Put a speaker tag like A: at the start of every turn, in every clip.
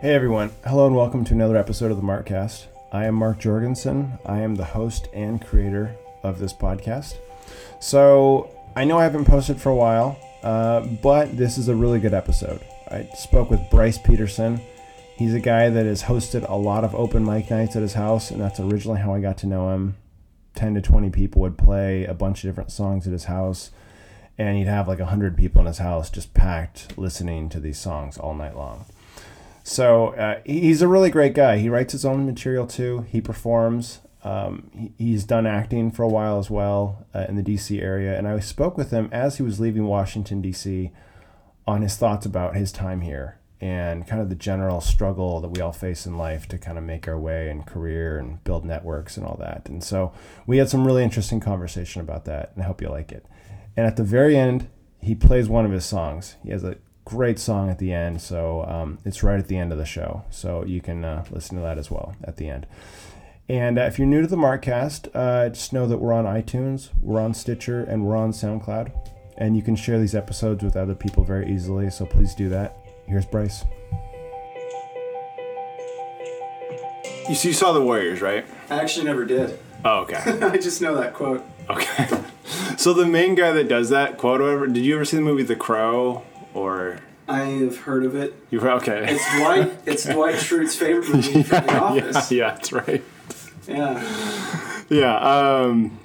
A: Hey everyone, hello and welcome to another episode of the Markcast. I am Mark Jorgensen. I am the host and creator of this podcast. So I know I haven't posted for a while, uh, but this is a really good episode. I spoke with Bryce Peterson. He's a guy that has hosted a lot of open mic nights at his house, and that's originally how I got to know him. 10 to 20 people would play a bunch of different songs at his house, and he'd have like 100 people in his house just packed listening to these songs all night long. So uh, he- he's a really great guy. He writes his own material too. He performs. Um, he, he's done acting for a while as well uh, in the D.C. area. And I spoke with him as he was leaving Washington D.C. on his thoughts about his time here and kind of the general struggle that we all face in life to kind of make our way and career and build networks and all that. And so we had some really interesting conversation about that, and I hope you like it. And at the very end, he plays one of his songs. He has a great song at the end, so um, it's right at the end of the show. So you can uh, listen to that as well at the end. And uh, if you're new to the Markcast, uh, just know that we're on iTunes, we're on Stitcher, and we're on SoundCloud. And you can share these episodes with other people very easily, so please do that. Here's Bryce.
B: You, so you saw the Warriors, right?
A: I actually never did.
B: Oh, okay.
A: I just know that quote.
B: okay. So the main guy that does that quote, whatever, did you ever see the movie The Crow? Or
C: I have heard of it.
B: you were okay?
C: It's Dwight. it's Dwight Schrute's favorite movie from The
B: yeah,
C: Office. Yeah,
B: yeah, that's right. Yeah. Um.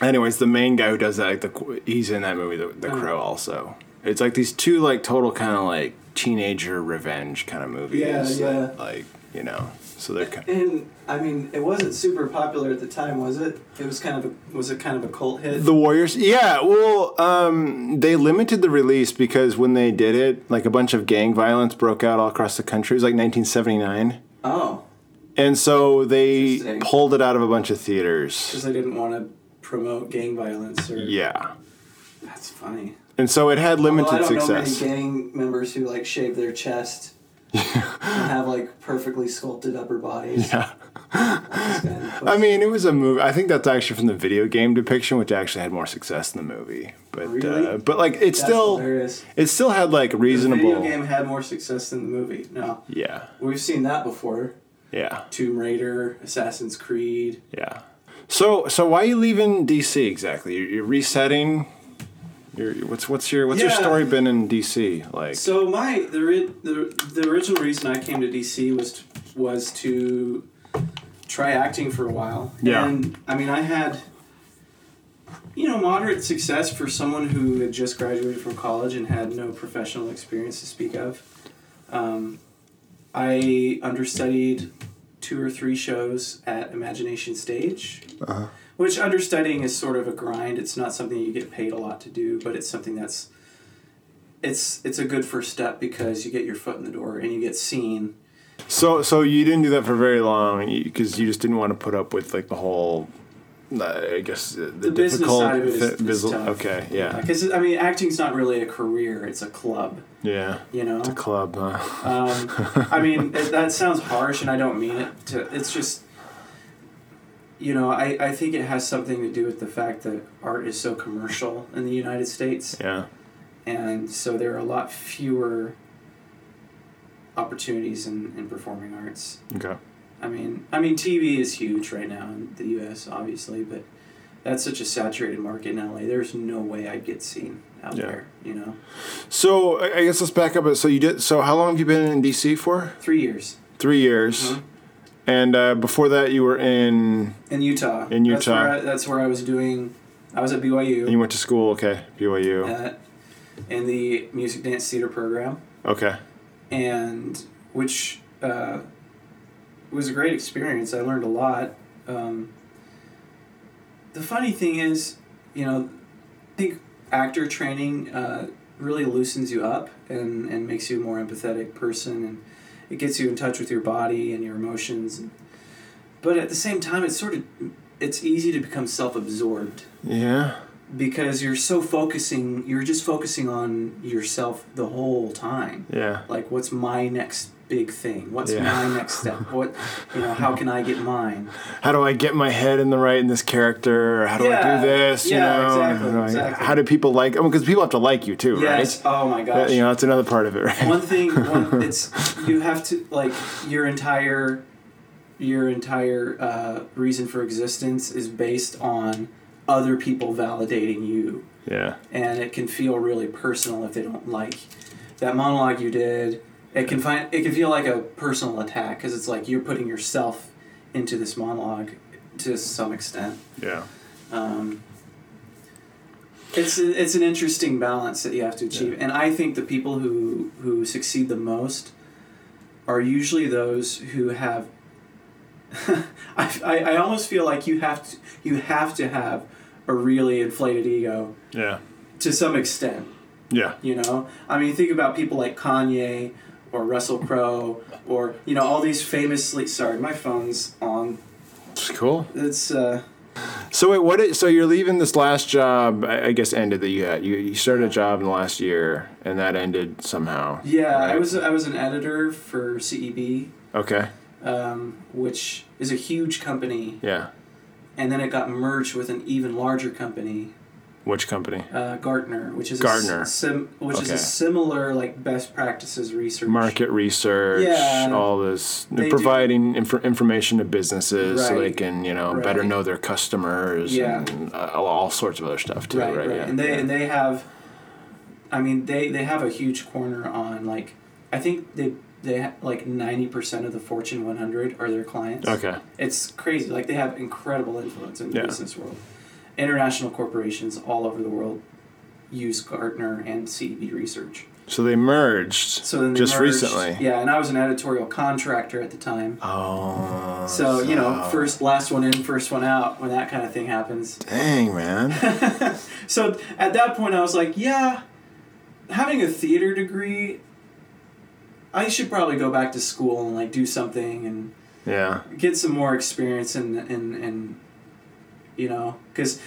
B: Anyways, the main guy who does that, like the qu- he's in that movie, The, the
C: Oh.
B: Crow, also. It's like these two like total kind of like teenager revenge kind of movies.
C: Yeah,
B: that,
C: yeah.
B: Like you know, so they're kind.
C: And I mean, it wasn't super popular at the time, was it? It was kind of a, was it kind of a cult hit?
B: The Warriors, yeah. Well, um, they limited the release because when they did it, like a bunch of gang violence broke out all across the country. It was like 1979,
C: oh,
B: and so they
C: Interesting.
B: pulled it out of a bunch of theaters.
C: because I didn't want to promote gang violence or.
B: Yeah,
C: That's funny.
B: and so it had limited
C: Well, I don't
B: success.
C: know many gang members who like shave their chest. and have like perfectly sculpted upper bodies.
B: Yeah.
C: That's bad. But
B: I mean, it was a movie. I think that's actually from the video game depiction, which actually had more success in the movie. But uh,
C: Really?
B: but like it
C: that's
B: still
C: hilarious.
B: it still had like
C: The video
B: reasonable.
C: game had more success than the movie. No,
B: Yeah,
C: we've seen that before.
B: yeah,
C: Tomb Raider, Assassin's Creed.
B: yeah. So so why are you leaving DC exactly? You're, you're resetting. Your what's what's your what's your
C: Yeah.
B: story been in DC like?
C: So my the, ri- the the original reason I came to DC was t was to try acting for a while.
B: Yeah.
C: And I mean I had you know moderate success for someone who had just graduated from college and had no professional experience to speak of. Um, I understudied two or three shows at Imagination Stage.
B: Uh-huh.
C: Which understudying is sort of a grind. It's not something you get paid a lot to do, but it's something that's it's it's a good first step because you get your foot in the door and you get seen.
B: So so you didn't do that for very long because you just didn't want to put up with like the whole. uh, I guess the,
C: The, business
B: difficult.
C: side of it is,
B: thi-
C: is
B: bizzle-
C: tough.
B: okay, yeah,
C: Because I mean, acting's not really a career; it's a club.
B: yeah.
C: You know.
B: It's a club, huh?
C: Um, I mean, it, that sounds harsh, and I don't mean it. To it's just, you know, I I think it has something to do with the fact that art is so commercial in the United States.
B: Yeah.
C: and so there are a lot fewer opportunities in, in performing arts.
B: Okay.
C: I mean, I mean, TV is huge right now in the U.S. obviously, but that's such a saturated market in L.A. There's no way I'd get seen out
B: Yeah.
C: there. You know,
B: So I I guess let's back up. So you did. So how long have you been in DC for?
C: three years
B: Three years.
C: Mhm.
B: And uh, before that, you were in.
C: in Utah.
B: In
C: That's where,
B: Utah.
C: I, that's where I was doing. I was at BYU
B: You went to school. Okay, BYU.
C: at, in the music dance theater program.
B: Okay.
C: and which uh, was a great experience. I learned a lot. Um, the funny thing is, you know, I think actor training uh, really loosens you up and, and makes you a more empathetic person, and it gets you in touch with your body and your emotions. But at the same time, it's sort of it's easy to become self-absorbed
B: Yeah.
C: because you're so focusing, you're just focusing on yourself the whole time.
B: Yeah.
C: Like, what's my next big thing? What's
B: Yeah.
C: my next step? What, you know, how can I get mine?
B: How do I get my head in the right in this character? Or How do I
C: Yeah.
B: do this? You
C: Yeah,
B: know,
C: exactly,
B: How do I-
C: exactly.
B: how do people like? Because people have to like you too,
C: Yes.
B: right?
C: Oh my
B: That-
C: gosh.
B: you know, that's another part of it, right?
C: one thing one, it's you have to like your entire your entire uh, reason for existence is based on other people validating you
B: yeah.
C: and it can feel really personal if they don't like that monologue you did it can find it can feel like a personal attack because it's like you're putting yourself into this monologue to some extent
B: Yeah.
C: um, it's it's an interesting balance that you have to achieve, and I think the people who who succeed the most are usually those who have. I, I, I almost feel like you have to you have to have a really inflated ego
B: Yeah.
C: to some extent.
B: Yeah.
C: You know, I mean, think about people like Kanye or Russell Crowe or you know all these famously. Sorry, my phone's on.
B: It's cool.
C: It's uh,
B: So wait, what? Is, so you're leaving this last job? I, I guess ended that you had. You, you started a job in the last year, and that ended somehow.
C: Yeah, I
B: right?
C: was I was an editor for E CEB,
B: Okay.
C: um, which is a huge company,
B: Yeah.
C: and then it got merged with an even larger company,
B: Which company?
C: uh, Gartner, which is a
B: Gartner.
C: s- sim, which is
B: Okay.
C: a similar like best practices research
B: Market research,
C: Yeah.
B: all this,
C: They do-
B: providing inf- information to businesses so they
C: Right.
B: can, you know, better
C: Right.
B: know their customers
C: Yeah.
B: and uh, all- all sorts of other stuff too,
C: Right,
B: right?
C: right,
B: Yeah.
C: and they
B: yeah.
C: and they have, I mean they they have a huge corner on like, I think they they ha- like ninety percent of the Fortune one hundred are their clients.
B: okay.
C: It's crazy. Like they have incredible influence in the
B: Yeah.
C: business world. International corporations all over the world use Gartner and CEB research.
B: So they merged.
C: So then they
B: just
C: merged-
B: recently.
C: Yeah, and I was an editorial contractor at the time.
B: Oh.
C: So, you know, first last one in, first one out when that kind of thing happens.
B: Dang man.
C: So at that point I was like, yeah, having a theater degree I should probably go back to school and like do something and
B: yeah.
C: get some more experience and and and you know because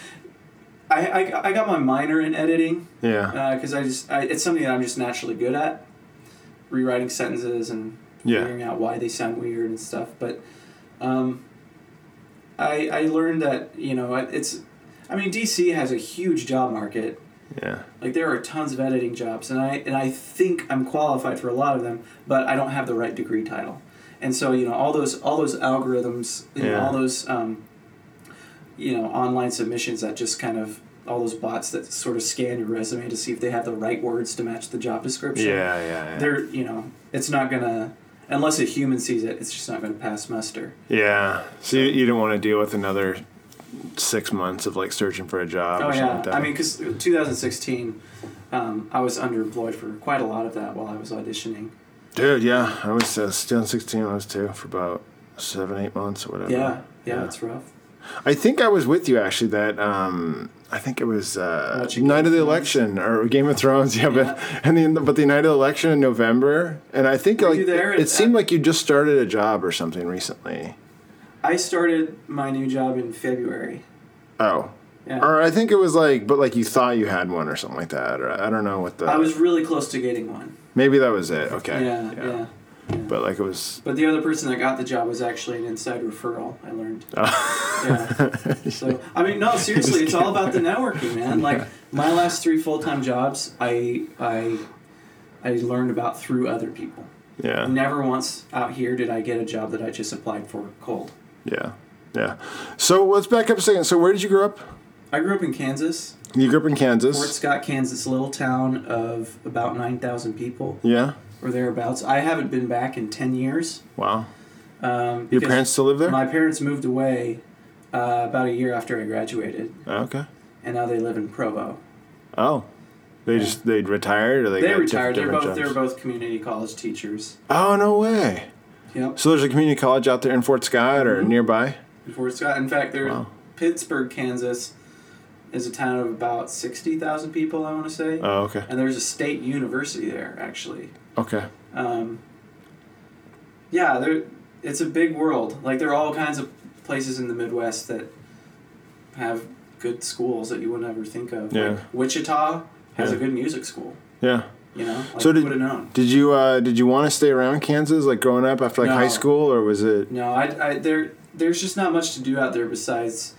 C: I, I I got my minor in editing
B: Yeah.
C: because I just I, it's something that I'm just naturally good at rewriting sentences and
B: Yeah.
C: figuring out why they sound weird and stuff but um, I I learned that you know it- it's I mean DC has a huge job market
B: Yeah.
C: like there are tons of editing jobs and I and I think I'm qualified for a lot of them, but I don't have the right degree title. And so, you know, all those all those algorithms, you know,
B: Yeah.
C: all those um, you know, online submissions that just kind of all those bots that sort of scan your resume to see if they have the right words to match the job
B: Yeah.
C: description.
B: Yeah. Yeah.
C: They're, you know, it's not going to unless a human sees it, it's just not going to pass muster.
B: yeah. So you, you don't want to deal with another six months of like searching for a job
C: Oh
B: or something
C: yeah,
B: like that.
C: I mean, because 2016, um, I was underemployed for quite a lot of that while I was auditioning.
B: Dude, yeah, I was uh, 2016. I was too for about seven, eight months or whatever.
C: Yeah, yeah,
B: Yeah.
C: it's rough.
B: I think I was with you actually. That um, I think it was uh,
C: Watching
B: night
C: Game
B: of the
C: of Thrones.
B: election or Game of Thrones. Yeah, but and the, but the night of the election in November, and I think like
C: you there
B: it,
C: at-
B: seemed like you just started a job or something recently.
C: I started my new job in February.
B: Oh.
C: Yeah.
B: Or I think it was like, but like you thought you had one or something like that, or I don't know what the.
C: I was really close to getting one.
B: maybe that was it. Okay.
C: Yeah, yeah.
B: But like it was.
C: But the other person that got the job was actually an inside referral. I learned.
B: Oh.
C: Yeah. So I mean, no, seriously, it's all about the networking, man. Like my last three full time jobs, I I I learned about through other people.
B: Yeah.
C: Never once out here did I get a job that I just applied for cold.
B: Yeah. Yeah. So let's back up a second. So where did you grow up?
C: I grew up in Kansas,
B: You grew up in Kansas.
C: Fort Scott, Kansas, little town of about nine thousand people.
B: Yeah.
C: or thereabouts. I haven't been back in ten years.
B: Wow.
C: Um,
B: Your
C: because
B: parents still live there?
C: My parents moved away uh, about a year after I graduated,
B: Oh, okay.
C: and now they live in Provo.
B: Oh. They just they retired or they,
C: They,
B: got
C: retired. They're both
B: different
C: they're
B: jobs?
C: both community college teachers.
B: Oh no way.
C: Yep,
B: So there's a community college out there in Fort Scott or
C: Mm-hmm.
B: nearby?
C: in Fort Scott. In fact, they're
B: Wow.
C: Pittsburgh, Kansas, is a town of about sixty thousand people. I want to say,
B: Oh okay.
C: and there's a state university there actually.
B: Okay.
C: Um, yeah, there. It's a big world. Like there are all kinds of places in the Midwest that have good schools that you would never think of.
B: Yeah.
C: Like, Wichita has
B: Yeah.
C: a good music school.
B: Yeah.
C: You know, like,
B: So did-
C: would have known.
B: Did you uh, did you want to stay around Kansas like growing up after like
C: No.
B: high school or was it?
C: No, I, I there there's just not much to do out there besides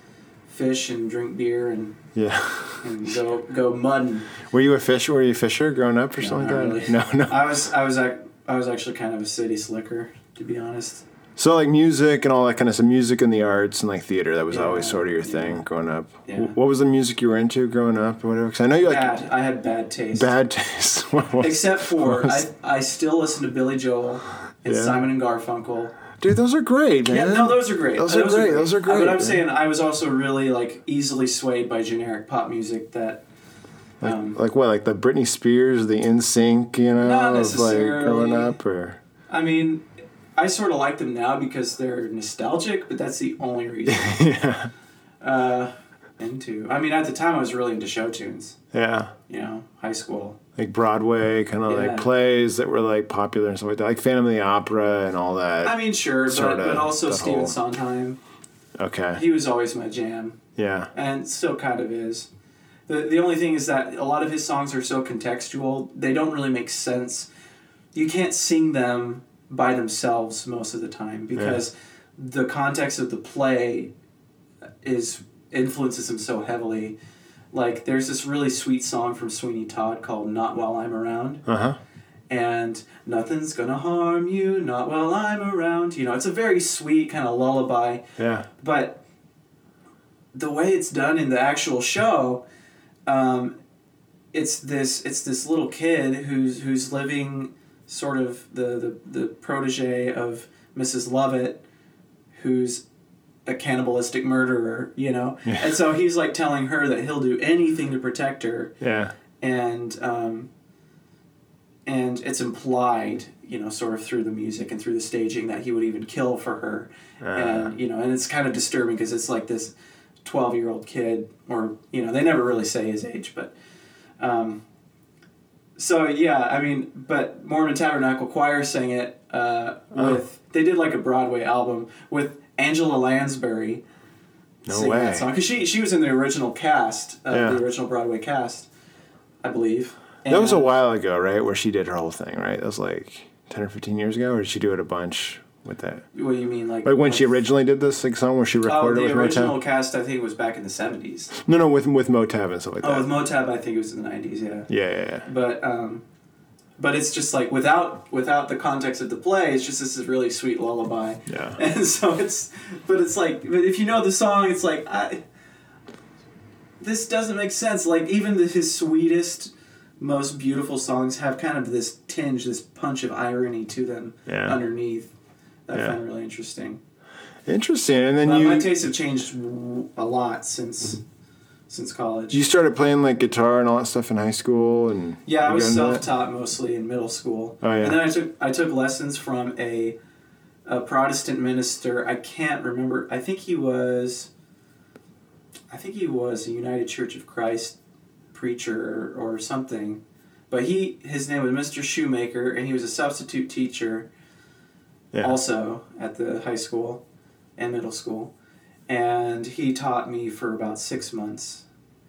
C: fish and drink beer and,
B: Yeah.
C: and go go mudding.
B: Were you a fish? Were you a fisher growing up or
C: No,
B: something
C: not
B: like that?
C: really.
B: No, no.
C: I was I was ac- I was actually kind of a city slicker to be honest.
B: So like music and all that kind of stuff, music and the arts and like theater. That was
C: Yeah,
B: always sort of your thing
C: yeah.
B: growing up.
C: Yeah.
B: Wh- What was the music you were into growing up or whatever? Because I know you like
C: Bad. I had bad taste.
B: bad taste. What was-
C: Except for I, I still listen to Billy Joel and
B: Yeah.
C: Simon and Garfunkel.
B: Dude, those are great, man.
C: Yeah, no, those are great.
B: Those are great. Those are great.
C: But I'm
B: man.
C: saying I was also really like easily swayed by generic pop music that. Um,
B: like what, like the Britney Spears, the In Sync, you know,
C: Not
B: of, like growing
C: necessarily.
B: up, or
C: I mean, I sort of like them now because they're nostalgic, but that's the only reason.
B: yeah,
C: uh, into. I mean, at the time I was really into show tunes.
B: yeah,
C: You know, high school.
B: like Broadway kind of like
C: Yeah.
B: plays that were like popular and stuff like that, like Phantom of the Opera and all that.
C: I mean, sure, but,
B: Sorta
C: but also
B: the
C: Stephen
B: whole-
C: Sondheim.
B: okay,
C: He was always my jam.
B: yeah,
C: and still kind of is. The, the only thing is that a lot of his songs are so contextual, they don't really make sense. You can't sing them by themselves most of the time because the context of the play is influences him so heavily. Like there's this really sweet song from Sweeney Todd called Not While I'm Around
B: uh huh,
C: and nothing's gonna harm you not while I'm around. You know, it's a very sweet kind of lullaby
B: yeah,
C: but the way it's done in the actual show um, it's this it's this little kid who's who's living sort of the, the the protege of mrs lovett who's a cannibalistic murderer you know and so he's like telling her that he'll do anything to protect her
B: yeah,
C: and um, and it's implied, you know, sort of through the music and through the staging that he would even kill for her, and you know, and it's kind of disturbing because it's like this twelve-year-old kid, or you know, they never really say his age, but. Um, so yeah, I mean, but Mormon Tabernacle Choir sang it uh, with. They did like a Broadway album with Angela Lansbury
B: no
C: singing
B: way,
C: that song because she she was in the original cast of
B: Yeah.
C: the original Broadway cast, I believe. And,
B: that was a while ago, right? Where she did her whole thing, right? That was like ten or fifteen years ago, or did she do it a bunch with that?
C: What do you mean, like?
B: Like when she originally did this like song where she
C: Oh,
B: recorded
C: the
B: with
C: original
B: Motown.
C: cast I think was back in the seventies.
B: No, no, with with Motown and stuff like
C: Oh,
B: that.
C: with Motab I think it was in the nineties. Yeah,
B: yeah, yeah, yeah.
C: but um, but it's just like without without the context of the play, it's just this is really sweet lullaby.
B: Yeah.
C: And so it's, but it's like, but if you know the song, it's like I. This doesn't make sense. Like even the, his sweetest, most beautiful songs have kind of this tinge, this punch of irony to them
B: Yeah.
C: underneath. That I
B: Yeah.
C: find really interesting.
B: Interesting. And then
C: But
B: you
C: my tastes have changed w- a lot since since college.
B: you started playing like guitar and all that stuff in high school and
C: yeah, I
B: you
C: was
B: got into
C: self
B: that?
C: taught mostly in middle school.
B: Oh, yeah.
C: And then I took I took lessons from a a Protestant minister. I can't remember. I think he was I think he was a United Church of Christ preacher or something. But he his name was Mr. Shoemaker and he was a substitute teacher
B: Yeah.
C: also at the high school and middle school. And he taught me for about six months.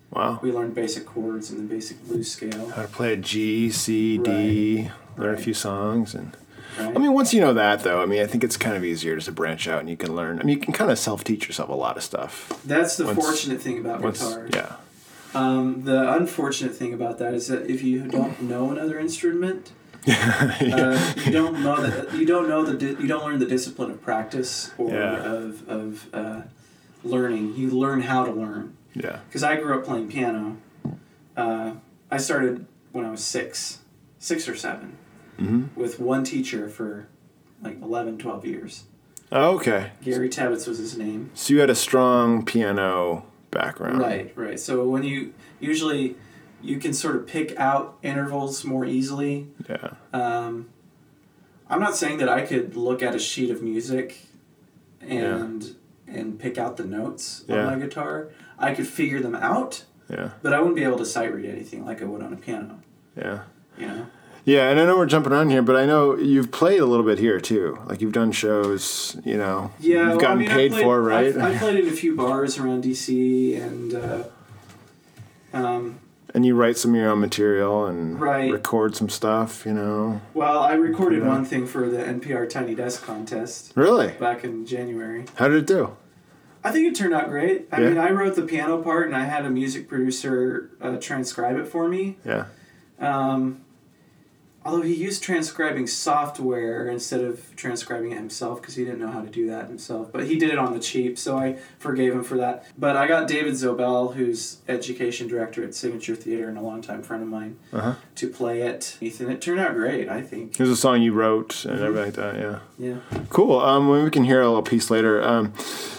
B: Wow.
C: We learned basic chords and the basic blues scale.
B: How to play a G, C, D, learn a
C: Right.
B: few songs and
C: Right?
B: I mean once you know that though, I mean I think it's kind of easier just to branch out and you can learn I mean you can kind of self teach yourself a lot of stuff.
C: That's the
B: once-
C: fortunate thing about
B: Once
C: guitar.
B: yeah.
C: Um, the unfortunate thing about that is that if you don't know another instrument, uh, you don't know that you don't know the di- you don't learn the discipline of practice or
B: Yeah.
C: of of uh, learning. You learn how to learn.
B: Yeah.
C: because I grew up playing piano. Uh, I started when I was six, six or 7
B: Mm-hmm.
C: with one teacher for like 11, 12 years.
B: Oh, okay.
C: Gary Tabbitts was his name.
B: So you had a strong piano background.
C: Right, right. So when you usually you can sort of pick out intervals more easily.
B: Yeah.
C: Um, I'm not saying that I could look at a sheet of music and and pick out the notes
B: Yeah.
C: on my guitar. I could figure them out,
B: Yeah.
C: but I wouldn't be able to sight read anything like I would on a piano.
B: Yeah.
C: You know?
B: Yeah, and I know we're jumping around here, but I know you've played a little bit here too. Like you've done shows, you know.
C: Yeah,
B: You've
C: well,
B: gotten
C: I mean, I
B: paid
C: played,
B: for, right?
C: I, I played in a few bars around DC and. Uh, um,
B: and you write some of your own material and
C: Right.
B: record some stuff, you know.
C: well, I recorded one thing for the NPR Tiny Desk contest
B: Really?
C: back in January.
B: How did it do?
C: I think it turned out great. I
B: Yeah.
C: mean, I wrote the piano part and I had a music producer uh, transcribe it for me.
B: Yeah.
C: Um, although he used transcribing software instead of transcribing it himself because he didn't know how to do that himself. But he did it on the cheap, so I forgave him for that. But I got David Zobel, who's education director at Signature Theater and a longtime friend of mine,
B: Uh-huh.
C: to play it. Ethan, it turned out great, I think.
B: Here's a song you wrote and everything like that, yeah.
C: Yeah.
B: Cool. Um, well, we can hear a little piece later. Um,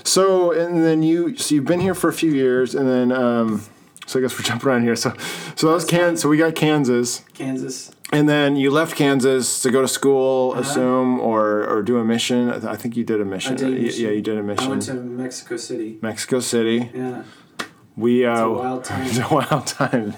B: so and then you so you've been here for a few years, and then um, so I guess we're jumping around here. So so that was Kansas. So we got Kansas,
C: Kansas.
B: and then you left Kansas to go to school, assume or or do a mission. I, th- I think you did a mission.
C: Uh-huh. I did a
B: Y-
C: mission.
B: Yeah, you did a
C: I
B: mission.
C: went to Mexico City.
B: Mexico City.
C: Yeah.
B: We uh,
C: a wild time.
B: it's a wild time.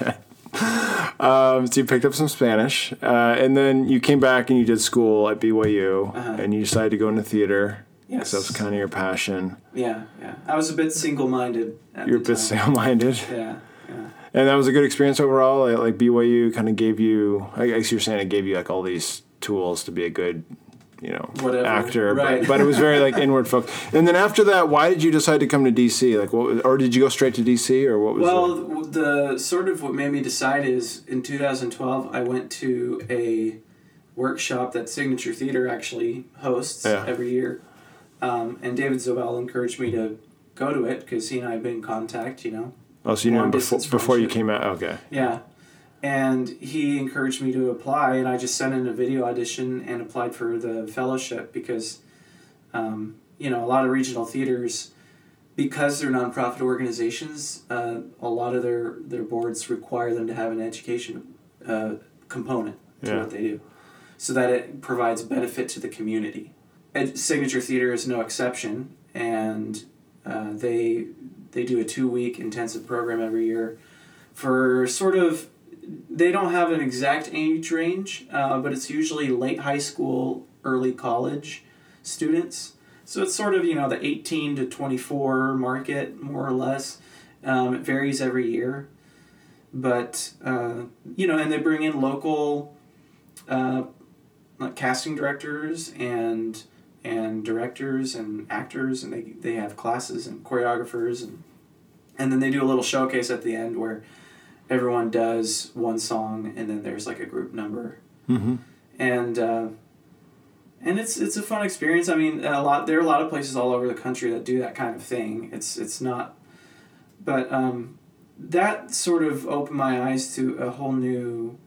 B: um, so you picked up some Spanish, uh, and then you came back and you did school at BYU,
C: Uh-huh.
B: and you decided to go into theater.
C: Yes.
B: So that's kind of your passion.
C: Yeah, yeah. I was a bit single minded.
B: You're a bit single-minded,
C: Yeah, yeah.
B: and that was a good experience overall. Like, like BYU kind of gave you. I guess you're saying it gave you like all these tools to be a good, you know,
C: Whatever.
B: actor.
C: Right.
B: But, but it was very like inward focused. And then after that, why did you decide to come to DC? Like, what? Was, or did you go straight to DC, or what was?
C: Well, the, the sort of what made me decide is in 2012, I went to a workshop that Signature Theater actually hosts
B: Yeah.
C: every year. Um, and David Zobel encouraged me to go to it because he and I had been in contact, you know.
B: the, oh, so you knew
C: long
B: him before
C: distance
B: before you
C: friendship.
B: came out. Okay.
C: Yeah. And he encouraged me to apply, and I just sent in a video audition and applied for the fellowship because, um, you know, a lot of regional theaters, because they're nonprofit organizations, uh, a lot of their, their boards require them to have an education uh, component to
B: Yeah.
C: what they do so that it provides benefit to the community. Ed- Signature Theater is no exception, and uh, they they do a two week intensive program every year for sort of they don't have an exact age range, uh, but it's usually late high school, early college students. So it's sort of you know the eighteen to twenty four market more or less. Um, it varies every year, but uh, you know, and they bring in local uh, like casting directors and and directors and actors and they, they have classes and choreographers and and then they do a little showcase at the end where everyone does one song and then there's like a group number
B: Mm-hmm.
C: and uh, and it's it's a fun experience. I mean, a lot there are a lot of places all over the country that do that kind of thing. It's it's not, but um, that sort of opened my eyes to a whole new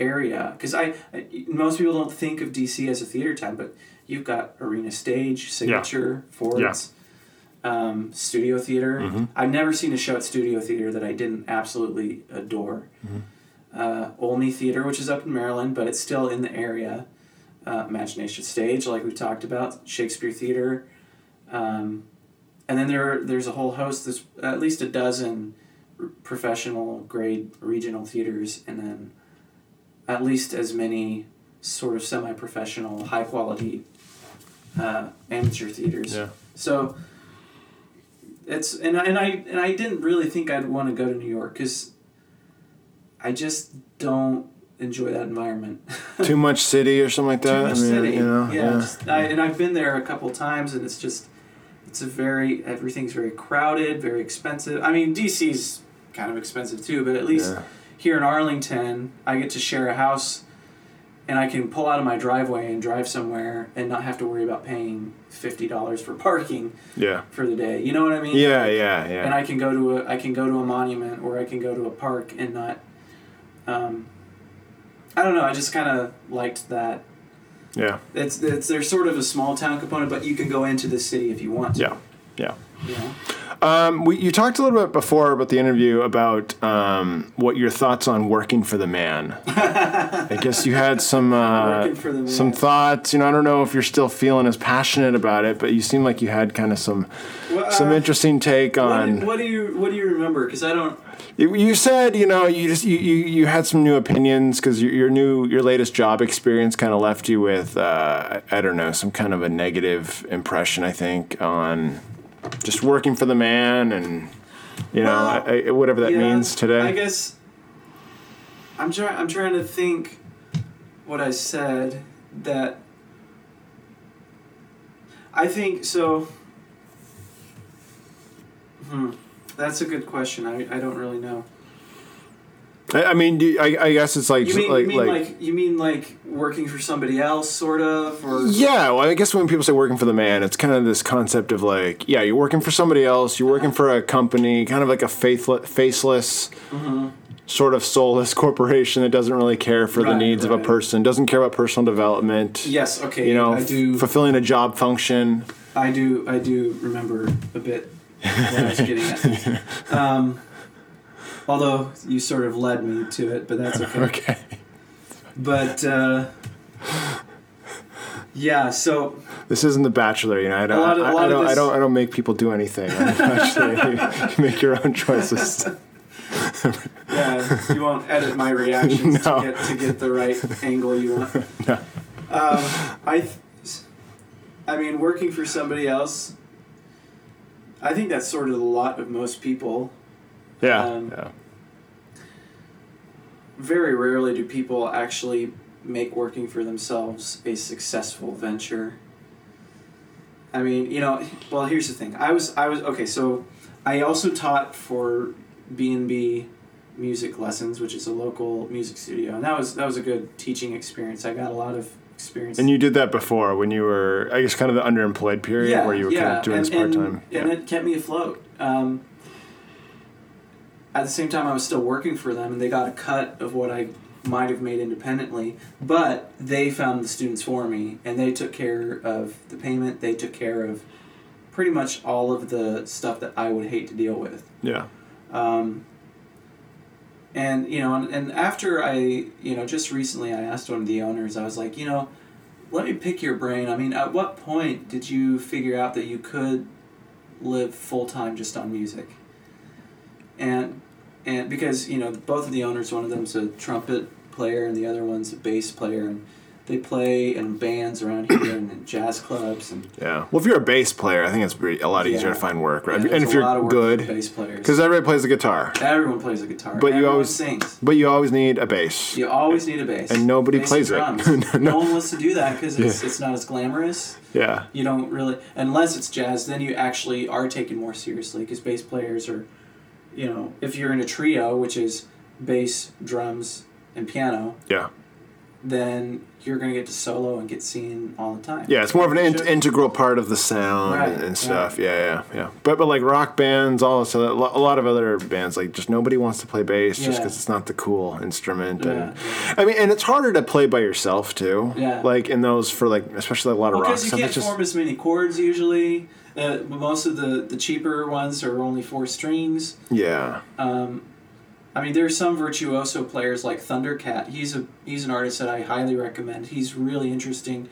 C: area because I, I most people don't think of DC as a theater town, but you've got arena stage, signature, Ford's. Um, studio theater. I've never seen a show at studio theater that I didn't absolutely adore uh, Olney Theater, which is up in Maryland, but it's still in the area. Uh, Imagination Stage, like we talked about, Shakespeare Theater, um, and then there there's a whole host. There's at least a dozen r- professional grade regional theaters, and then at least as many sort of semi-professional, high quality uh, amateur theaters.
B: Yeah.
C: So it's and I, and I and I didn't really think I'd want to go to New York because I just don't enjoy that environment.
B: Too much city or something like
C: Too
B: that.
C: much
B: I mean,
C: city.
B: You know,
C: yeah, just- I, and I've been there a couple times, and it's just it's a very everything's very crowded, very expensive. I mean, DC's kind of expensive too, but at least
B: Yeah.
C: here in Arlington, I get to share a house. And I can pull out of my driveway and drive somewhere and not have to worry about paying fifty dollars for parking
B: yeah.
C: for the day. You know what I mean?
B: Yeah, yeah, yeah.
C: and I can go to a I can go to a monument or I can go to a park and not. Um, I don't know. I just kind of liked that.
B: yeah,
C: It's it's there's sort of a small town component, but you can go into the city if you want. to.
B: yeah, yeah.
C: You know?
B: Um, we, you talked a little bit before about the interview about um, what your thoughts on working for the man. I guess you had some uh,
C: Working for the man.
B: some thoughts. You know, I don't know if you're still feeling as passionate about it, but you seem like you had kind of some
C: Well,
B: some
C: uh,
B: interesting take on.
C: What, what do you What do you remember? Because I don't.
B: You you said you know you just you you, you had some new opinions because your, your new your latest job experience kind of left you with uh, I I don't know some kind of a negative impression I think on just working for the man and you know
C: Well,
B: I, I, whatever that
C: yeah,
B: means today.
C: I guess. I'm trying. I'm trying to think. What I said that. I think so. Hmm. That's a good question. I, I don't really know.
B: I, I mean, do you- I, I guess it's like
C: You mean,
B: like,
C: you mean
B: like,
C: like, you mean like working for somebody else, sort of, or
B: yeah. Well, I guess when people say working for the man, it's kind of this concept of like yeah, you're working for somebody else, you're working for a company, kind of like a faithless, faceless.
C: Mm-hmm.
B: Sort of soulless corporation that doesn't really care for the
C: Right,
B: needs of a
C: right.
B: person, doesn't care about personal development.
C: Yes. Okay.
B: you know,
C: I do.
B: fulfilling a job function.
C: I do. I do remember a bit what I was getting at. Um, although you sort of led me to it, but that's okay.
B: Okay.
C: But uh, yeah, so
B: This isn't The Bachelor, you know. I don't.
C: lot of- a
B: I, I
C: lot of
B: don't. I
C: this-
B: don't. I don't make people do anything. I'm actually, you make your own choices.
C: yeah, you won't edit my reactions
B: No.
C: to get to get the right angle you want. Um, I, th- I mean, working for somebody else. I think that's sort of the lot of most people.
B: Yeah.
C: Um,
B: yeah.
C: very rarely do people actually make working for themselves a successful venture. I mean, you know, well, here's the thing. I was, I was, okay, so I also taught for B&B Music Lessons, which is a local music studio. And that was, that was a good teaching experience. I got a lot of experience.
B: And you did that before when you were, I guess, kind of the underemployed period where you were kind of doing this part
C: and,
B: time.
C: And it kept me afloat. Um, at the same time, I was still working for them, and they got a cut of what I might have made independently. But they found the students for me, and they took care of the payment. They took care of pretty much all of the stuff that I would hate to deal with.
B: Yeah.
C: Um, and you know, and, and after I, you know, just recently, I asked one of the owners. I was like, you know, let me pick your brain. I mean, at what point did you figure out that you could live full time just on music? And and because you know, both of the owners, one of them's a trumpet player and the other one's a bass player, and they play in bands around here and in jazz clubs and
B: Yeah. Well, if you're a bass player, I think it's pretty, a lot easier
C: Yeah.
B: to find work, right?
C: yeah, there's
B: and if
C: a lot of
B: you're
C: work for
B: good,
C: bass players.
B: because everybody plays the guitar,
C: Everyone plays a guitar.
B: But you
C: Everyone
B: always-
C: sings.
B: but you always need a bass.
C: You always need a bass,
B: And nobody
C: Bass
B: plays it.
C: and drums.
B: No.
C: no. one wants to do that because it's, it's not as glamorous.
B: Yeah.
C: You don't really, unless it's jazz, then you actually are taken more seriously because bass players are, you know, if you're in a trio, which is bass, drums, and piano,
B: Yeah.
C: then you're going to get to solo and get seen all the time.
B: Yeah. It's more of an in-
C: Sure.
B: integral part of the sound
C: Right,
B: and,
C: right.
B: and stuff. Yeah. Yeah. Yeah. But but like rock bands, all so that, a lot of other bands, like just nobody wants to play bass just
C: Yeah.
B: because it's not the cool instrument.
C: Yeah,
B: And I mean, and it's harder to play by yourself too.
C: Yeah.
B: Like in those for like especially a lot of rock
C: Because you
B: stuff.
C: can't
B: it's just-
C: form as many chords usually. Uh, most of the, the cheaper ones are only four strings.
B: yeah.
C: Um, I mean, there are some virtuoso players like Thundercat. He's a he's an artist that I highly recommend. He's really interesting,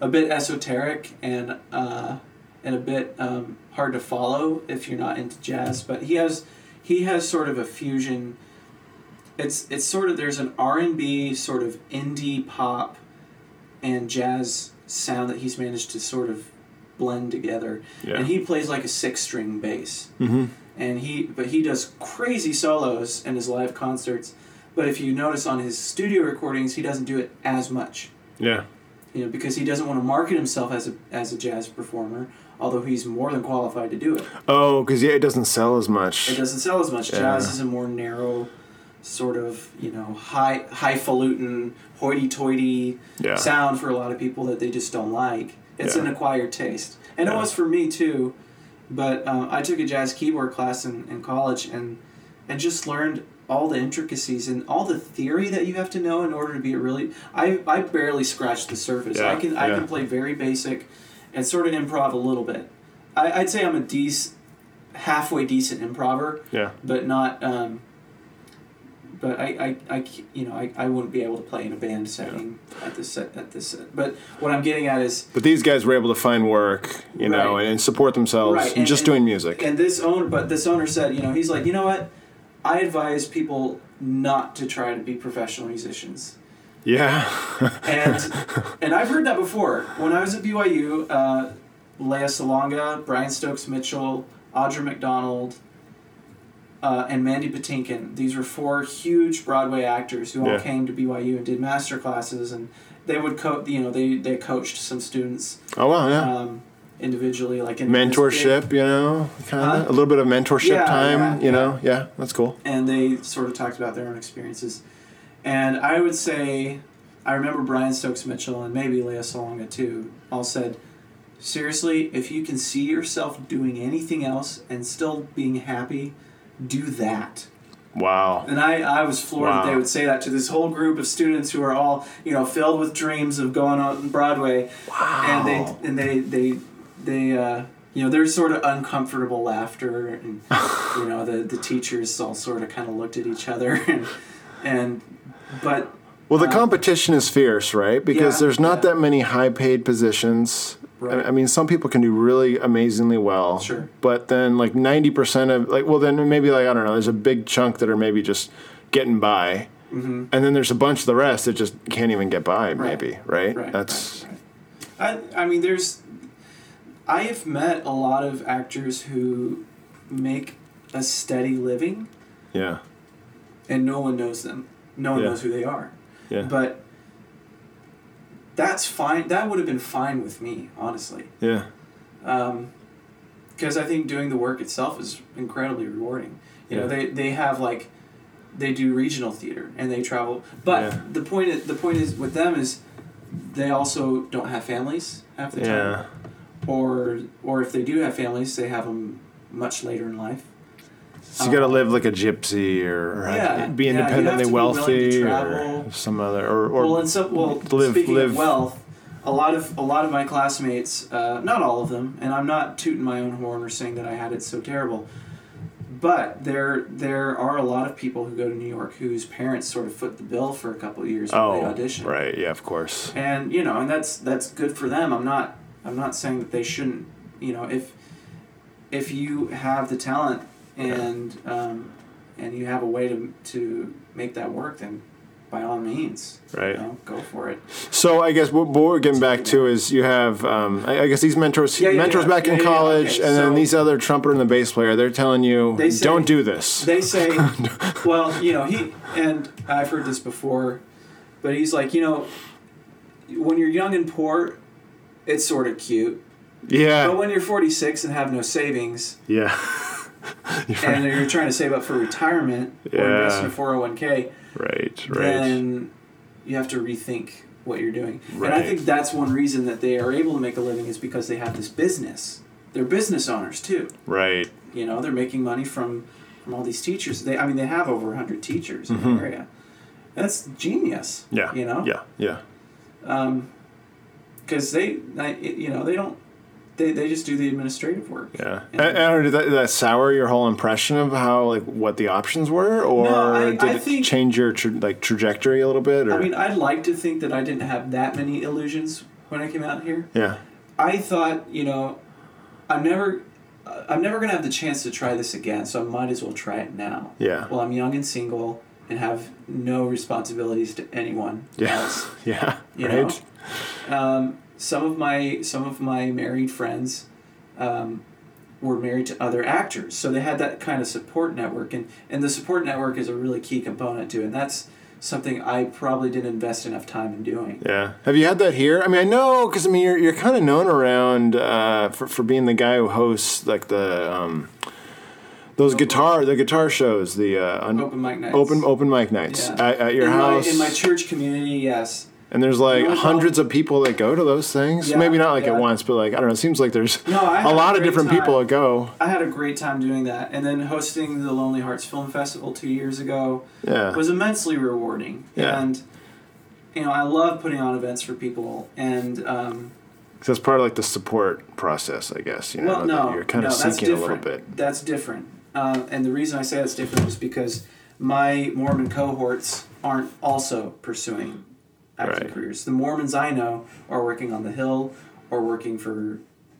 C: a bit esoteric and uh, and a bit um, hard to follow if you're not into jazz. But he has he has sort of a fusion. It's it's sort of there's an R and B sort of indie pop and jazz sound that he's managed to sort of blend together.
B: Yeah.
C: And he plays like a six string bass
B: Mm-hmm.
C: and he but he does crazy solos in his live concerts but if you notice on his studio recordings he doesn't do it as much
B: Yeah.
C: you know because he doesn't want to market himself as a as a jazz performer although he's more than qualified to do it
B: Oh, because yeah, it doesn't sell as much.
C: it doesn't sell as much jazz is a more narrow sort of you know high highfalutin hoity-toity
B: Yeah.
C: sound for a lot of people that they just don't like it's
B: Yeah.
C: an acquired taste and it was for me too but um, i took a jazz keyboard class in, in college and and just learned all the intricacies and all the theory that you have to know in order to be a really i, I barely scratched the surface
B: Yeah,
C: i can i
B: yeah.
C: can play very basic and sort of improv a little bit I, i'd say i'm a d halfway decent improver,
B: Yeah.
C: but not. Um, but I, I, I c- you know, I, I wouldn't be able to play in a band setting at this set, at this. set. But what I'm getting at is
B: But these guys were able to find work, you know,
C: Right.
B: and support themselves
C: Right, and-
B: just
C: and-
B: doing music.
C: And this owner, but this owner said, you know, he's like, you know what? I advise people not to try to be professional musicians.
B: yeah.
C: And and I've heard that before. When I was at BYU, uh, Leia Salonga, Brian Stokes Mitchell, Audra McDonald, uh, and Mandy Patinkin. These were four huge Broadway actors who
B: Yeah.
C: all came to BYU and did master classes, and they would co- you know they they coached some students
B: oh wow, yeah.
C: um, individually, like in this big-
B: mentorship, you know, kind of
C: Huh?
B: a little bit of mentorship
C: Yeah,
B: time,
C: yeah,
B: you know. Yeah, that's cool.
C: and they sort of talked about their own experiences. And I would say, I remember Brian Stokes Mitchell and maybe Leah Salonga too, all said, seriously, if you can see yourself doing anything else and still being happy, do that.
B: Wow.
C: And I, I was floored that
B: Wow.
C: they would say that to this whole group of students who are all, you know, filled with dreams of going out on Broadway.
B: Wow.
C: And they, and they, they, they, uh, you know, there's sort of uncomfortable laughter, and you know, the the teachers all sort of kind of looked at each other, and, and but
B: Well, the competition is fierce, right? Because
C: um, yeah,
B: there's not
C: yeah.
B: that many high-paid positions. I-
C: Right.
B: I mean, some people can do really amazingly well.
C: Sure.
B: But then, like ninety percent of like, well, then maybe like I don't know. There's a big chunk that are maybe just getting by, mm-hmm. and then there's a bunch of the rest that just can't even get by. Maybe right?
C: right,
B: That's
C: right, right. I I mean, there's I have met a lot of actors who make a steady living,
B: yeah,
C: and no one knows them. No one
B: Yeah.
C: knows who they are.
B: yeah,
C: But that's fine. That would have been fine with me, honestly,
B: yeah,
C: because Um, I think doing the work itself is incredibly rewarding. You know,
B: Yeah.
C: they they have like they do regional theater and they travel. But
B: Yeah.
C: the point is, the point is with them is they also don't have families half the
B: yeah.
C: time, or or if they do have families, they have them much later in life.
B: So you got to live like a gypsy, or, or
C: Yeah,
B: be
C: yeah, you have
B: independently
C: to be willing to
B: wealthy, or
C: travel.
B: some other, or, or
C: well, and so well.
B: live-
C: speaking
B: live-
C: of wealth, a lot of a lot of my classmates, uh, not all of them, and I'm not tooting my own horn or saying that I had it so terrible, but there there are a lot of people who go to New York whose parents sort of foot the bill for a couple of years when they
B: oh,
C: audition,
B: right, yeah, of course,
C: and you know, and that's that's good for them. I'm not I'm not saying that they shouldn't, you know, if if you have the talent and um, and you have a way to to make that work, then by all means,
B: Right.
C: you know, go for it.
B: So I guess what, what we're getting back to is you have, um, I, I guess these mentors,
C: Yeah, yeah,
B: mentors
C: yeah.
B: back in
C: Yeah, yeah, yeah,
B: college,
C: okay,
B: and then
C: so-
B: these other trumpet and the bass player, they're telling you,
C: They say-
B: don't do this.
C: They say, well, you know, he and I've heard this before, but he's like, you know, when you're young and poor, it's sort of cute, but
B: yeah,
C: when you're 46 and have no savings,
B: yeah,
C: and you're trying to save up for retirement or
B: Yeah.
C: invest in a 401k,
B: right, right,
C: then you have to rethink what you're doing. And I
B: Right.
C: think that's one reason that they are able to make a living is because they have this business. They're business owners too.
B: right.
C: You know, they're making money from from all these teachers. They, I mean, they have over 100 teachers in the area. That's genius.
B: Mm-hmm. Yeah,
C: You know.
B: yeah, yeah,
C: Because they, I- you know, they don't. They, they just do the administrative work.
B: yeah.
C: And-
B: And, and did, that, did that sour your whole impression of how like what the options were, or
C: I-
B: did
C: I
B: it
C: think-
B: change your tra- like trajectory a little bit? Or
C: I mean, I'd like to think that I didn't have that many illusions when I came out here.
B: yeah,
C: I thought, you know, I'm never, uh, I'm never gonna have the chance to try this again, so I might as well try it now.
B: Yeah.
C: Well, I'm young and single and have no responsibilities to anyone
B: Yeah.
C: else.
B: yeah,
C: You
B: right.
C: know, um, some of my some of my married friends. Um, were married to other actors so they had that kind of support network and and the support network is a really key component to it, and that's something i probably didn't invest enough time in doing
B: Yeah. Have you had that here? I mean, I know because I mean you're, you're kind of known around uh, for for being the guy who hosts like the um, those guitar the guitar shows the uh, un-
C: open mic nights
B: open open mic nights
C: Yeah.
B: at, at your
C: in
B: house.
C: My, in my church community, yes.
B: and there's like
C: You know,
B: hundreds of people that go to those things.
C: Yeah,
B: Maybe not like
C: yeah.
B: at once, but like I don't know. It seems like there's
C: No, I had
B: a
C: a
B: lot of
C: great
B: different people
C: time.
B: that go.
C: I had a great time doing that. And then hosting the Lonely Hearts Film Festival two years ago
B: Yeah.
C: was immensely rewarding.
B: Yeah.
C: And, you know, I love putting on events for people. And, um,
B: So it's part of like the support process, I guess. You know,
C: well, no,
B: that you're kind
C: no,
B: of
C: that's
B: seeking a little
C: different.
B: bit.
C: That's different. Uh, and the reason I say that's different is because my Mormon cohorts aren't also pursuing active
B: Right.
C: careers. The Mormons I know are working on the Hill or working for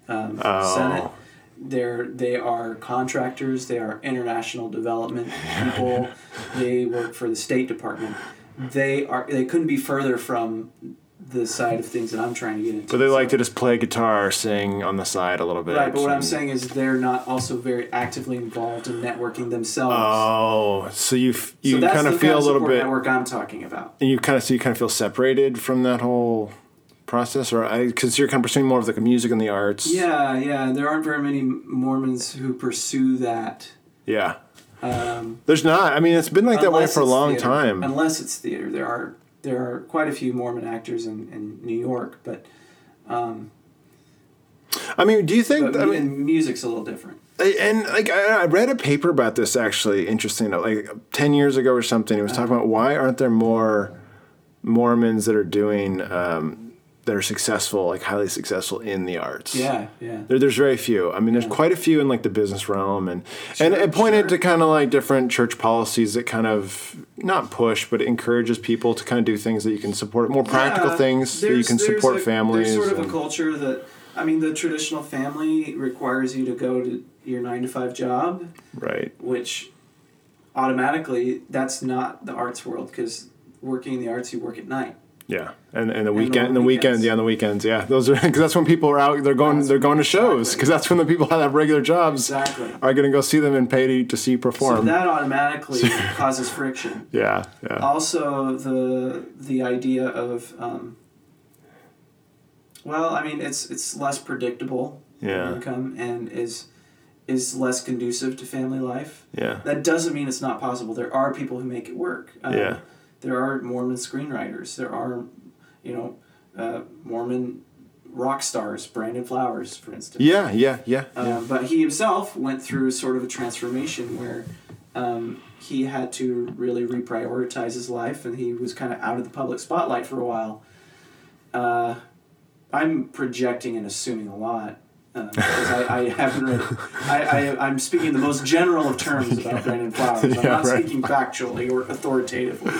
C: um,
B: Oh.
C: Senate. They're they are contractors. They are international development people. they work for the State Department. They are they couldn't be further from the side of things that I'm trying to get into.
B: But they
C: So-
B: like to just play guitar, sing on the side a little bit.
C: Right, but what I'm
B: and-
C: saying is they're not also very actively involved in networking themselves.
B: Oh, so you f-
C: so
B: you
C: that's
B: kind
C: the
B: of feel a little
C: support
B: bit,
C: network I'm talking about.
B: and you kind of so you kind of feel separated from that whole process, or because you're kind of pursuing more of like the music and the arts.
C: Yeah, yeah. There aren't very many Mormons who pursue that.
B: Yeah.
C: Um,
B: There's not. I mean, it's been like that way
C: unless
B: for a
C: it's
B: long
C: theater.
B: time.
C: Unless it's theater, there are there are quite a few Mormon actors in, in New York, but,
B: I mean, do you think?
C: but
B: I mean,
C: and music's a little different.
B: I- and like I, I read a paper about this actually interesting enough, like 10 years ago or something it was talking about why aren't there more mormons that are doing um, that are successful like highly successful in the arts
C: Yeah, yeah.
B: there, there's very few i mean there's quite a few in like the business realm and and it pointed to
C: sure.
B: kind of like different church policies that kind of not push but encourages people to kind of do things that you can support more practical
C: Yeah,
B: things that you
C: there's-
B: can
C: there's
B: support
C: a-
B: families
C: There's sort of a
B: and-
C: culture that I mean, the traditional family requires you to go to your nine to five job,
B: right
C: which automatically that's not the arts world because working in the arts you work at night.
B: Yeah, and and the
C: the
B: weekend, and the weekends,
C: weekends.
B: yeah, and the weekends, yeah. Those are because that's when people are out. They're going.
C: That's
B: they're going to shows
C: exactly.
B: because that's when the people that have regular jobs
C: Exactly.
B: are going to go see them and pay to, to see
C: So
B: perform.
C: that automatically causes friction.
B: yeah, yeah,
C: Also, the the idea of um, well, I mean, it's it's less predictable
B: Yeah.
C: income and is is less conducive to family life.
B: yeah,
C: That doesn't mean it's not possible. There are people who make it work. Um,
B: Yeah.
C: There are Mormon screenwriters. There are, you know, uh, Mormon rock stars, Brandon Flowers, for instance.
B: yeah, yeah, yeah.
C: Um, But he himself went through sort of a transformation where um, he had to really reprioritize his life and he was kind of out of the public spotlight for a while. Uh, I'm projecting and assuming a lot. um, Because I, I haven't read, I, I, I'm speaking in the most general of terms about Brandon Flowers. I'm
B: Yeah,
C: not
B: right.
C: speaking factually or authoritatively,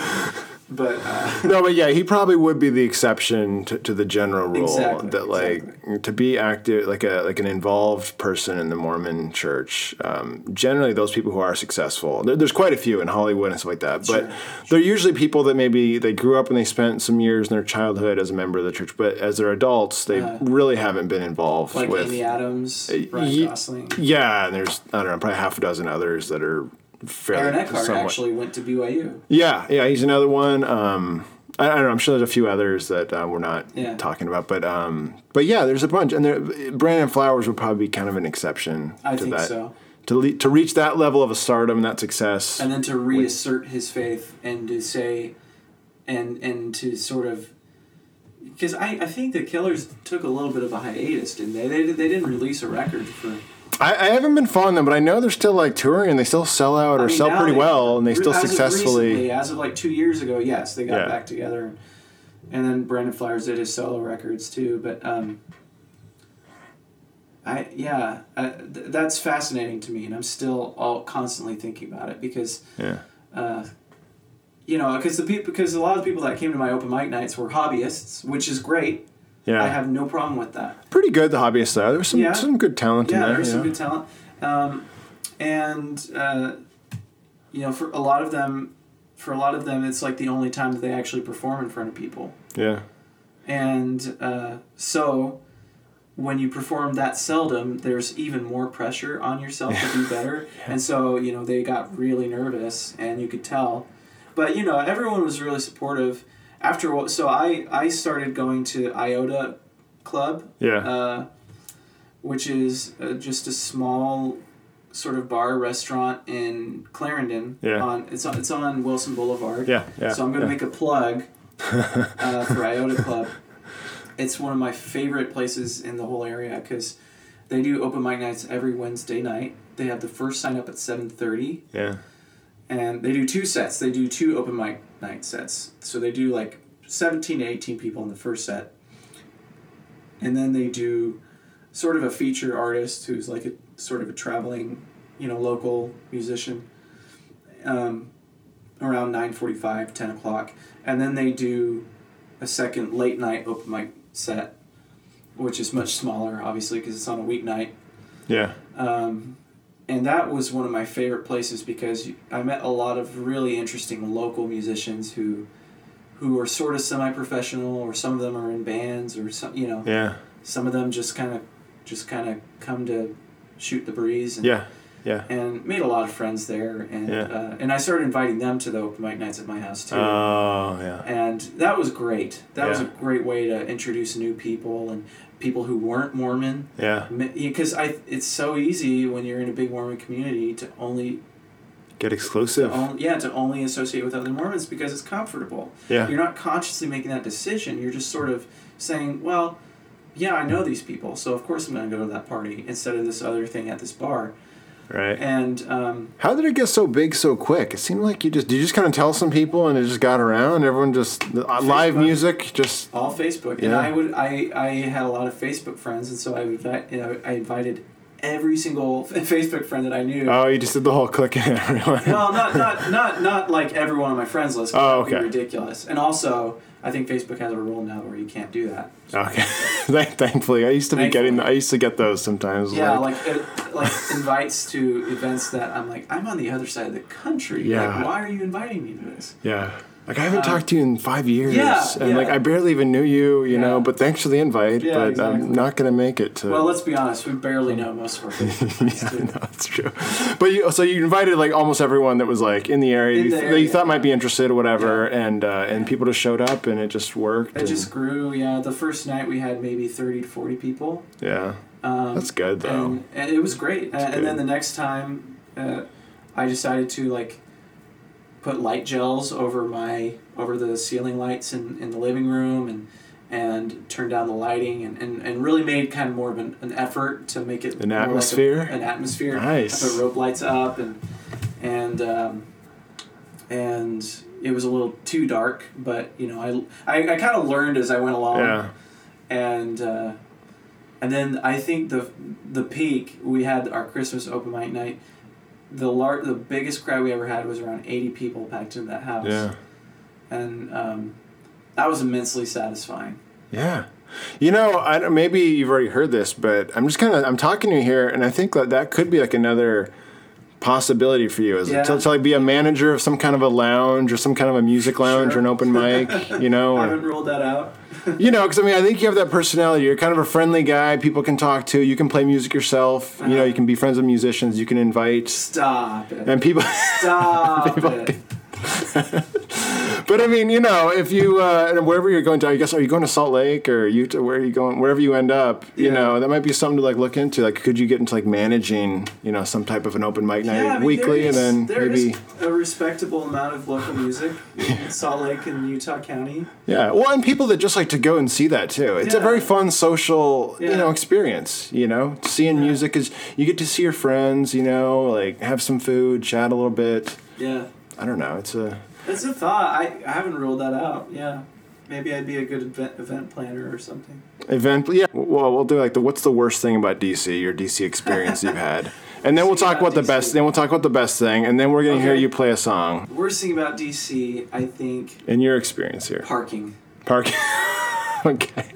C: but uh,
B: no, but yeah, he probably would be the exception to, to the general rule
C: Exactly,
B: that like to be active, like a like an involved person in the Mormon Church. Um, generally, those people who are successful, there, there's quite a few in Hollywood and stuff like that, but they're usually people that maybe they grew up and they spent some years in their childhood as a member of the church, but as they're adults, they really haven't been involved
C: Uh-huh. like
B: with
C: Amy Adams, Ryan
B: ye-
C: Gosling,
B: yeah, and there's I don't know, probably half a dozen others that are fairly
C: Aaron Eckhart
B: somewhat-
C: actually went to BYU.
B: yeah, yeah, he's another one. Um, I, I don't know. I'm sure there's a few others that uh, we're not
C: Yeah.
B: talking about, but um, but yeah, there's a bunch, and there, Brandon Flowers would probably be kind of an exception to
C: I think
B: that.
C: so.
B: To le- to reach that level of a stardom and that success,
C: and then to reassert his faith and to say and and to sort of because I, I think the killers took a little bit of a hiatus didn't they they, they didn't release a record for
B: I, I haven't been following them, but I know they're still like touring and they still sell out or
C: I mean,
B: sell
C: now
B: pretty
C: they-
B: well, and they still
C: as of
B: successfully.
C: recently, as of like two years ago yes they got
B: Yeah.
C: back together and, and then brandon flowers did his solo records too but um I yeah uh, th- that's fascinating to me and I'm still all constantly thinking about it because
B: Yeah,
C: uh, you know, because the people, because a lot of the people that came to my open mic nights were hobbyists, which is great.
B: yeah,
C: I have no problem with that.
B: pretty good. The hobbyist there. There's some
C: Yeah.
B: some good talent
C: Yeah,
B: in there.
C: there's some
B: yeah.
C: good talent, um, and uh, you know, for a lot of them, for a lot of them, it's like the only time that they actually perform in front of people.
B: yeah,
C: And uh, so when you perform that seldom, there's even more pressure on yourself to do better. And so, you know, they got really nervous and you could tell. But, you know, everyone was really supportive. After what, so I, I started going to IOTA Club,
B: yeah,
C: uh, which is uh, just a small sort of bar restaurant in Clarendon.
B: Yeah.
C: On, it's, on, it's on Wilson Boulevard.
B: yeah, yeah.
C: So I'm going to
B: yeah.
C: make a plug uh, for Iota Club. It's one of my favorite places in the whole area because they do open mic nights every Wednesday night. They have the first sign up at 7.30
B: yeah.
C: and they do two sets. They do two open mic night sets. So they do like 17 to 18 people in the first set. and then they do sort of a feature artist who's like a sort of a traveling, you know, local musician um, around 9.45, 10 o'clock. And then they do a second late night open mic set, which is much smaller, obviously, because it's on a weeknight.
B: Yeah.
C: Um, and that was one of my favorite places because you- I met a lot of really interesting local musicians who who are sort of semi-professional or some of them are in bands or some you know
B: Yeah.
C: some of them just kind of just kind of come to shoot the breeze and,
B: Yeah. Yeah.
C: and made a lot of friends there and
B: Yeah.
C: uh, and I started inviting them to the open mic nights at my house too
B: Oh, yeah.
C: and that was great that was a
B: Yeah.
C: great way to introduce new people and people who weren't Mormon
B: Yeah.
C: because I it's so easy when you're in a big Mormon community to only,
B: Get exclusive.
C: on, yeah to only associate with other Mormons because it's comfortable
B: Yeah.
C: you're not consciously making that decision. You're just sort of saying, well, yeah, I know these people, so of course I'm going to go to that party instead of this other thing at this bar.
B: Right.
C: And um,
B: How did it get so big so quick? It seemed like you just did you just kind of tell some people and it just got around. Everyone just uh, live
C: Facebook.
B: music just
C: all Facebook, and
B: Yeah.
C: I would I I had a lot of Facebook friends, and so I would invite- you know, I invited every single Facebook friend that I knew.
B: Oh, you just did the whole click in everyone.
C: well, not, not not not like everyone on my friends list. 'cause
B: Oh,
C: that'd be
B: okay.
C: ridiculous. And also, I think Facebook has a rule now where you can't do that.
B: Okay. Thank- Thankfully, I used to be getting. I used to get those sometimes. like,
C: Yeah, like it, like invites to events that I'm like I'm on the other side of the country.
B: Yeah.
C: Like, why are you inviting me to this?
B: yeah. Like I haven't talked to you in five years,
C: yeah,
B: and like
C: yeah.
B: I barely even knew you. You know,
C: Yeah.
B: but thanks for the invite.
C: Yeah,
B: but
C: exactly.
B: I'm not gonna make it to.
C: Well, let's be honest. We barely know most of our friends.
B: yeah,
C: too.
B: no, that's true. But you, so you invited like almost everyone that was like in the area,
C: In
B: you
C: the
B: th- that you
C: area,
B: thought might be interested, or whatever, and uh, and people just showed up, and it just worked.
C: It
B: and-
C: just grew. Yeah, the first night we had maybe thirty to forty people.
B: yeah,
C: Um,
B: that's good though.
C: and, and it was great. Uh,
B: good.
C: and then the next time, uh, I decided to like put light gels over my over the ceiling lights in, in the living room and and turn down the lighting and, and, and really made kind of more of an, an effort to make it
B: An
C: more like a-
B: atmosphere?
C: an atmosphere.
B: Nice.
C: I put rope lights up and and um, and it was a little too dark, but you know I I, I kind of learned as I went along
B: yeah,
C: and uh, and then I think the the peak we had our Christmas open mic night. The lar- the biggest crowd we ever had was around eighty people packed into that house.
B: yeah.
C: and um, that was immensely satisfying.
B: Yeah. You know, I don't, maybe you've already heard this, but I'm just kind of I'm talking to you here, and I think that that could be like another possibility for you is
C: Yeah.
B: to, to like be a manager of some kind of a lounge or some kind of a music lounge
C: Sure.
B: or an open mic, you know,
C: I
B: or,
C: haven't ruled that out.
B: you know, because I mean, I think you have that personality. You're kind of a friendly guy. People can talk to. You can play music yourself. You know, you can be friends with musicians. You can invite
C: Stop it!
B: and people.
C: Stop it!
B: but I mean, you know, if you uh, and wherever you're going to, I guess, are you going to Salt Lake or Utah? Where are you going? Wherever you end up, you
C: Yeah.
B: know, that might be something to like look into. Like, could you get into like managing, you know, some type of an open mic night
C: Yeah, I mean,
B: weekly,
C: there is,
B: and then
C: there
B: maybe,
C: is a respectable amount of local music in Salt Lake and Utah County.
B: yeah. Well, and people that just like to go and see that too. It's a
C: Yeah.
B: very fun social, you
C: Yeah.
B: know, experience. You know, seeing music is you get to see your friends. You know, like have some food, chat a little bit.
C: Yeah,
B: I don't know. It's a
C: That's a thought. I, I haven't ruled that out. Yeah. Maybe I'd be a good event, event planner or something.
B: Event, yeah. Well, we'll do like the what's the worst thing about DC? Your DC experience you've had, and then we'll talk about the
C: About DC.
B: best. Then we'll talk about the best thing, and then we're gonna hear
C: Okay.
B: you play a song
C: The worst thing about DC, I think,
B: in your experience here.
C: parking.
B: Park. okay.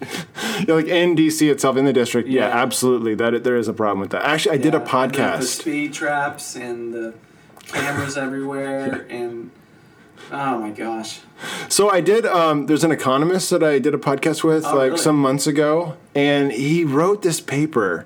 B: Yeah, like in DC itself, in the district. Yeah,
C: Yeah.
B: absolutely. That there is a problem with that. Actually, I did a
C: Yeah, and the- The
B: podcast.
C: speed traps and the cameras everywhere and oh my gosh.
B: So I did. Um, there's an economist that I did a podcast with
C: Oh,
B: like
C: really?
B: some months ago, and he wrote this paper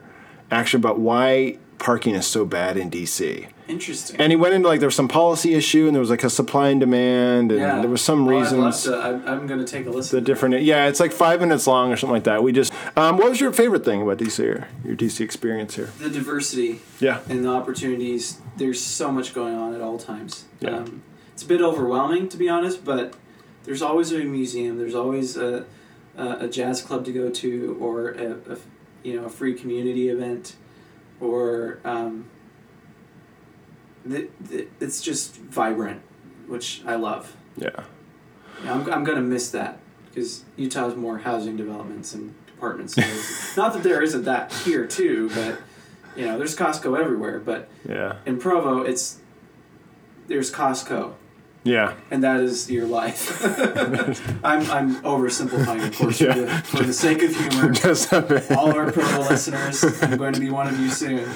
B: actually about why parking is so bad in DC.
C: Interesting.
B: and he went into like there was some policy issue and there was like a supply and demand and there was some
C: Well, I'd love
B: reasons
C: to- I'm, I'm going to take a
B: the
C: listen.
B: different yeah it's like five minutes long or something like that we just um, what was your favorite thing about dc or your dc experience here
C: the diversity
B: yeah
C: and the opportunities. There's so much going on at all times.
B: Yeah.
C: Um, it's a bit overwhelming, to be honest, but there's always a museum. There's always a, a, a jazz club to go to, or a, a f- you know a free community event, or um, the, the, it's just vibrant, which I love.
B: yeah
C: Yeah, I'm, I'm gonna miss that because Utah's more housing developments and department stores. Not that there isn't that here too, but you know, there's Costco everywhere. But
B: Yeah.
C: in Provo, it's there's Costco,
B: Yeah.
C: and that is your life. I'm I'm oversimplifying, of course, for, the, for the sake of humor.
B: Just
C: All of our Provo listeners, I'm going to be one of you soon.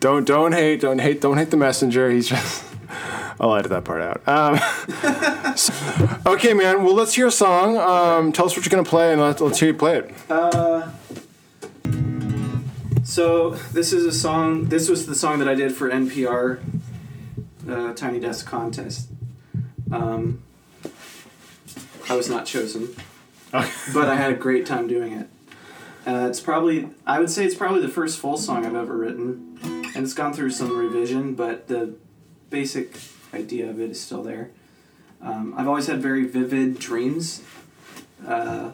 B: don't don't hate don't hate don't hate the messenger. He's just. I'll edit that part out. Um, so- okay, man. Well, let's hear a song. Um, tell us what you're gonna play, and let's, let's hear you play it.
C: So this is a song. This was the song that I did for NPR, uh, Tiny Desk contest. Um, I was not chosen, but I had a great time doing it. Uh, it's probably I would say it's probably the first full song I've ever written, and it's gone through some revision, but the basic idea of it is still there. Um, I've always had very vivid dreams, uh,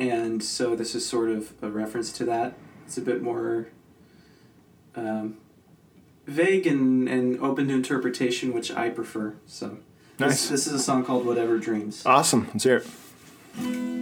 C: and so this is sort of a reference to that it's a bit more um, vague and, and open to interpretation, which I prefer. So
B: Nice.
C: this, this is a song called Whatever Dreams.
B: Awesome. Let's hear it.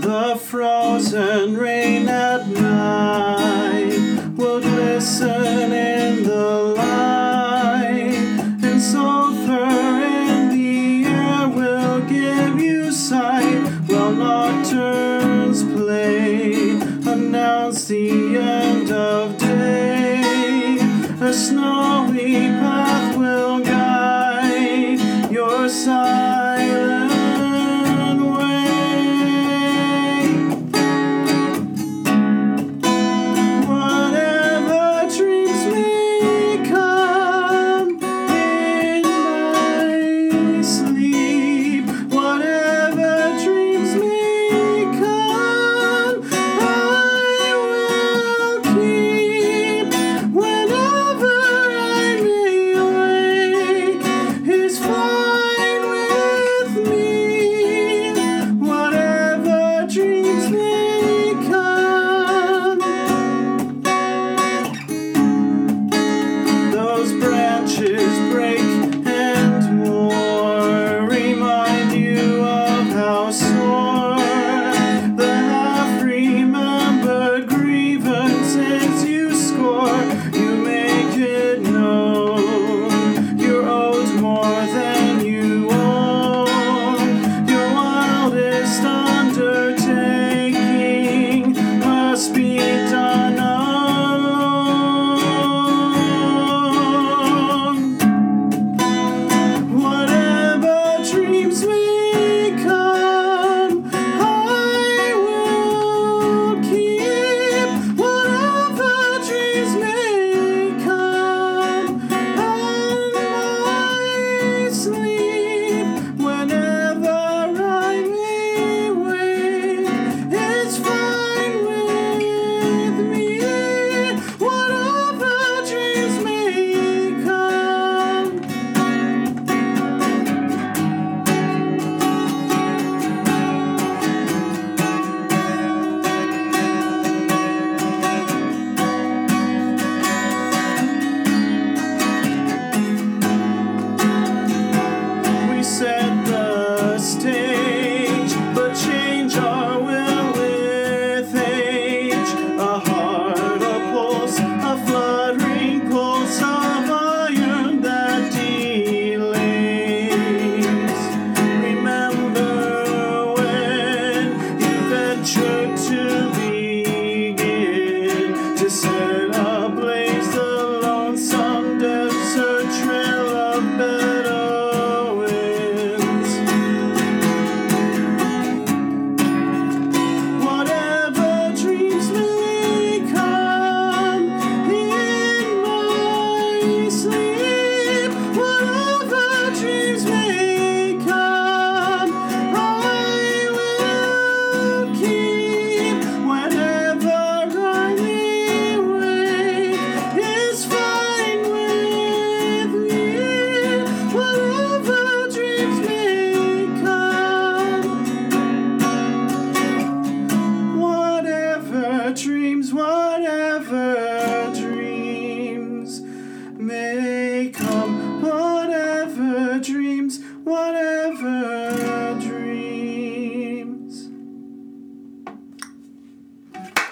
C: The frozen rain at night will glisten in the light, and sulfur in the air will give you sight. While nocturnes play, announce the end of day. A snowy path will guide your silent way. Whatever dreams may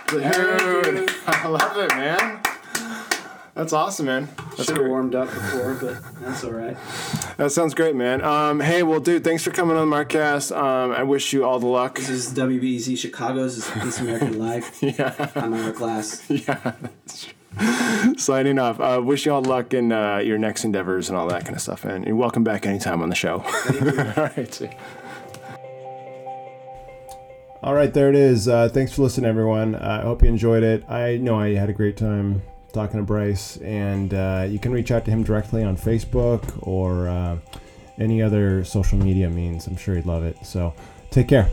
B: Dude, I love it, man. That's awesome, man. That's
C: Should have
B: great.
C: warmed up before, but that's all right.
B: That sounds great, man. Um, hey, well, dude, thanks for coming on Markcast. Um, I wish you all the luck.
C: This is WBEZ Chicago's This is This American Life.
B: Yeah,
C: I'm Eric Glass.
B: yeah. that's true. Signing off. Uh, wish you all luck in uh, your next endeavors and all that kind of stuff, man. And welcome back anytime on the show. all right. see ya.
A: All right, there it is. Uh, thanks for listening, everyone. Uh, I hope you enjoyed it. I know I had a great time talking to Bryce, and uh, you can reach out to him directly on Facebook or uh, any other social media means. I'm sure he'd love it. So take care.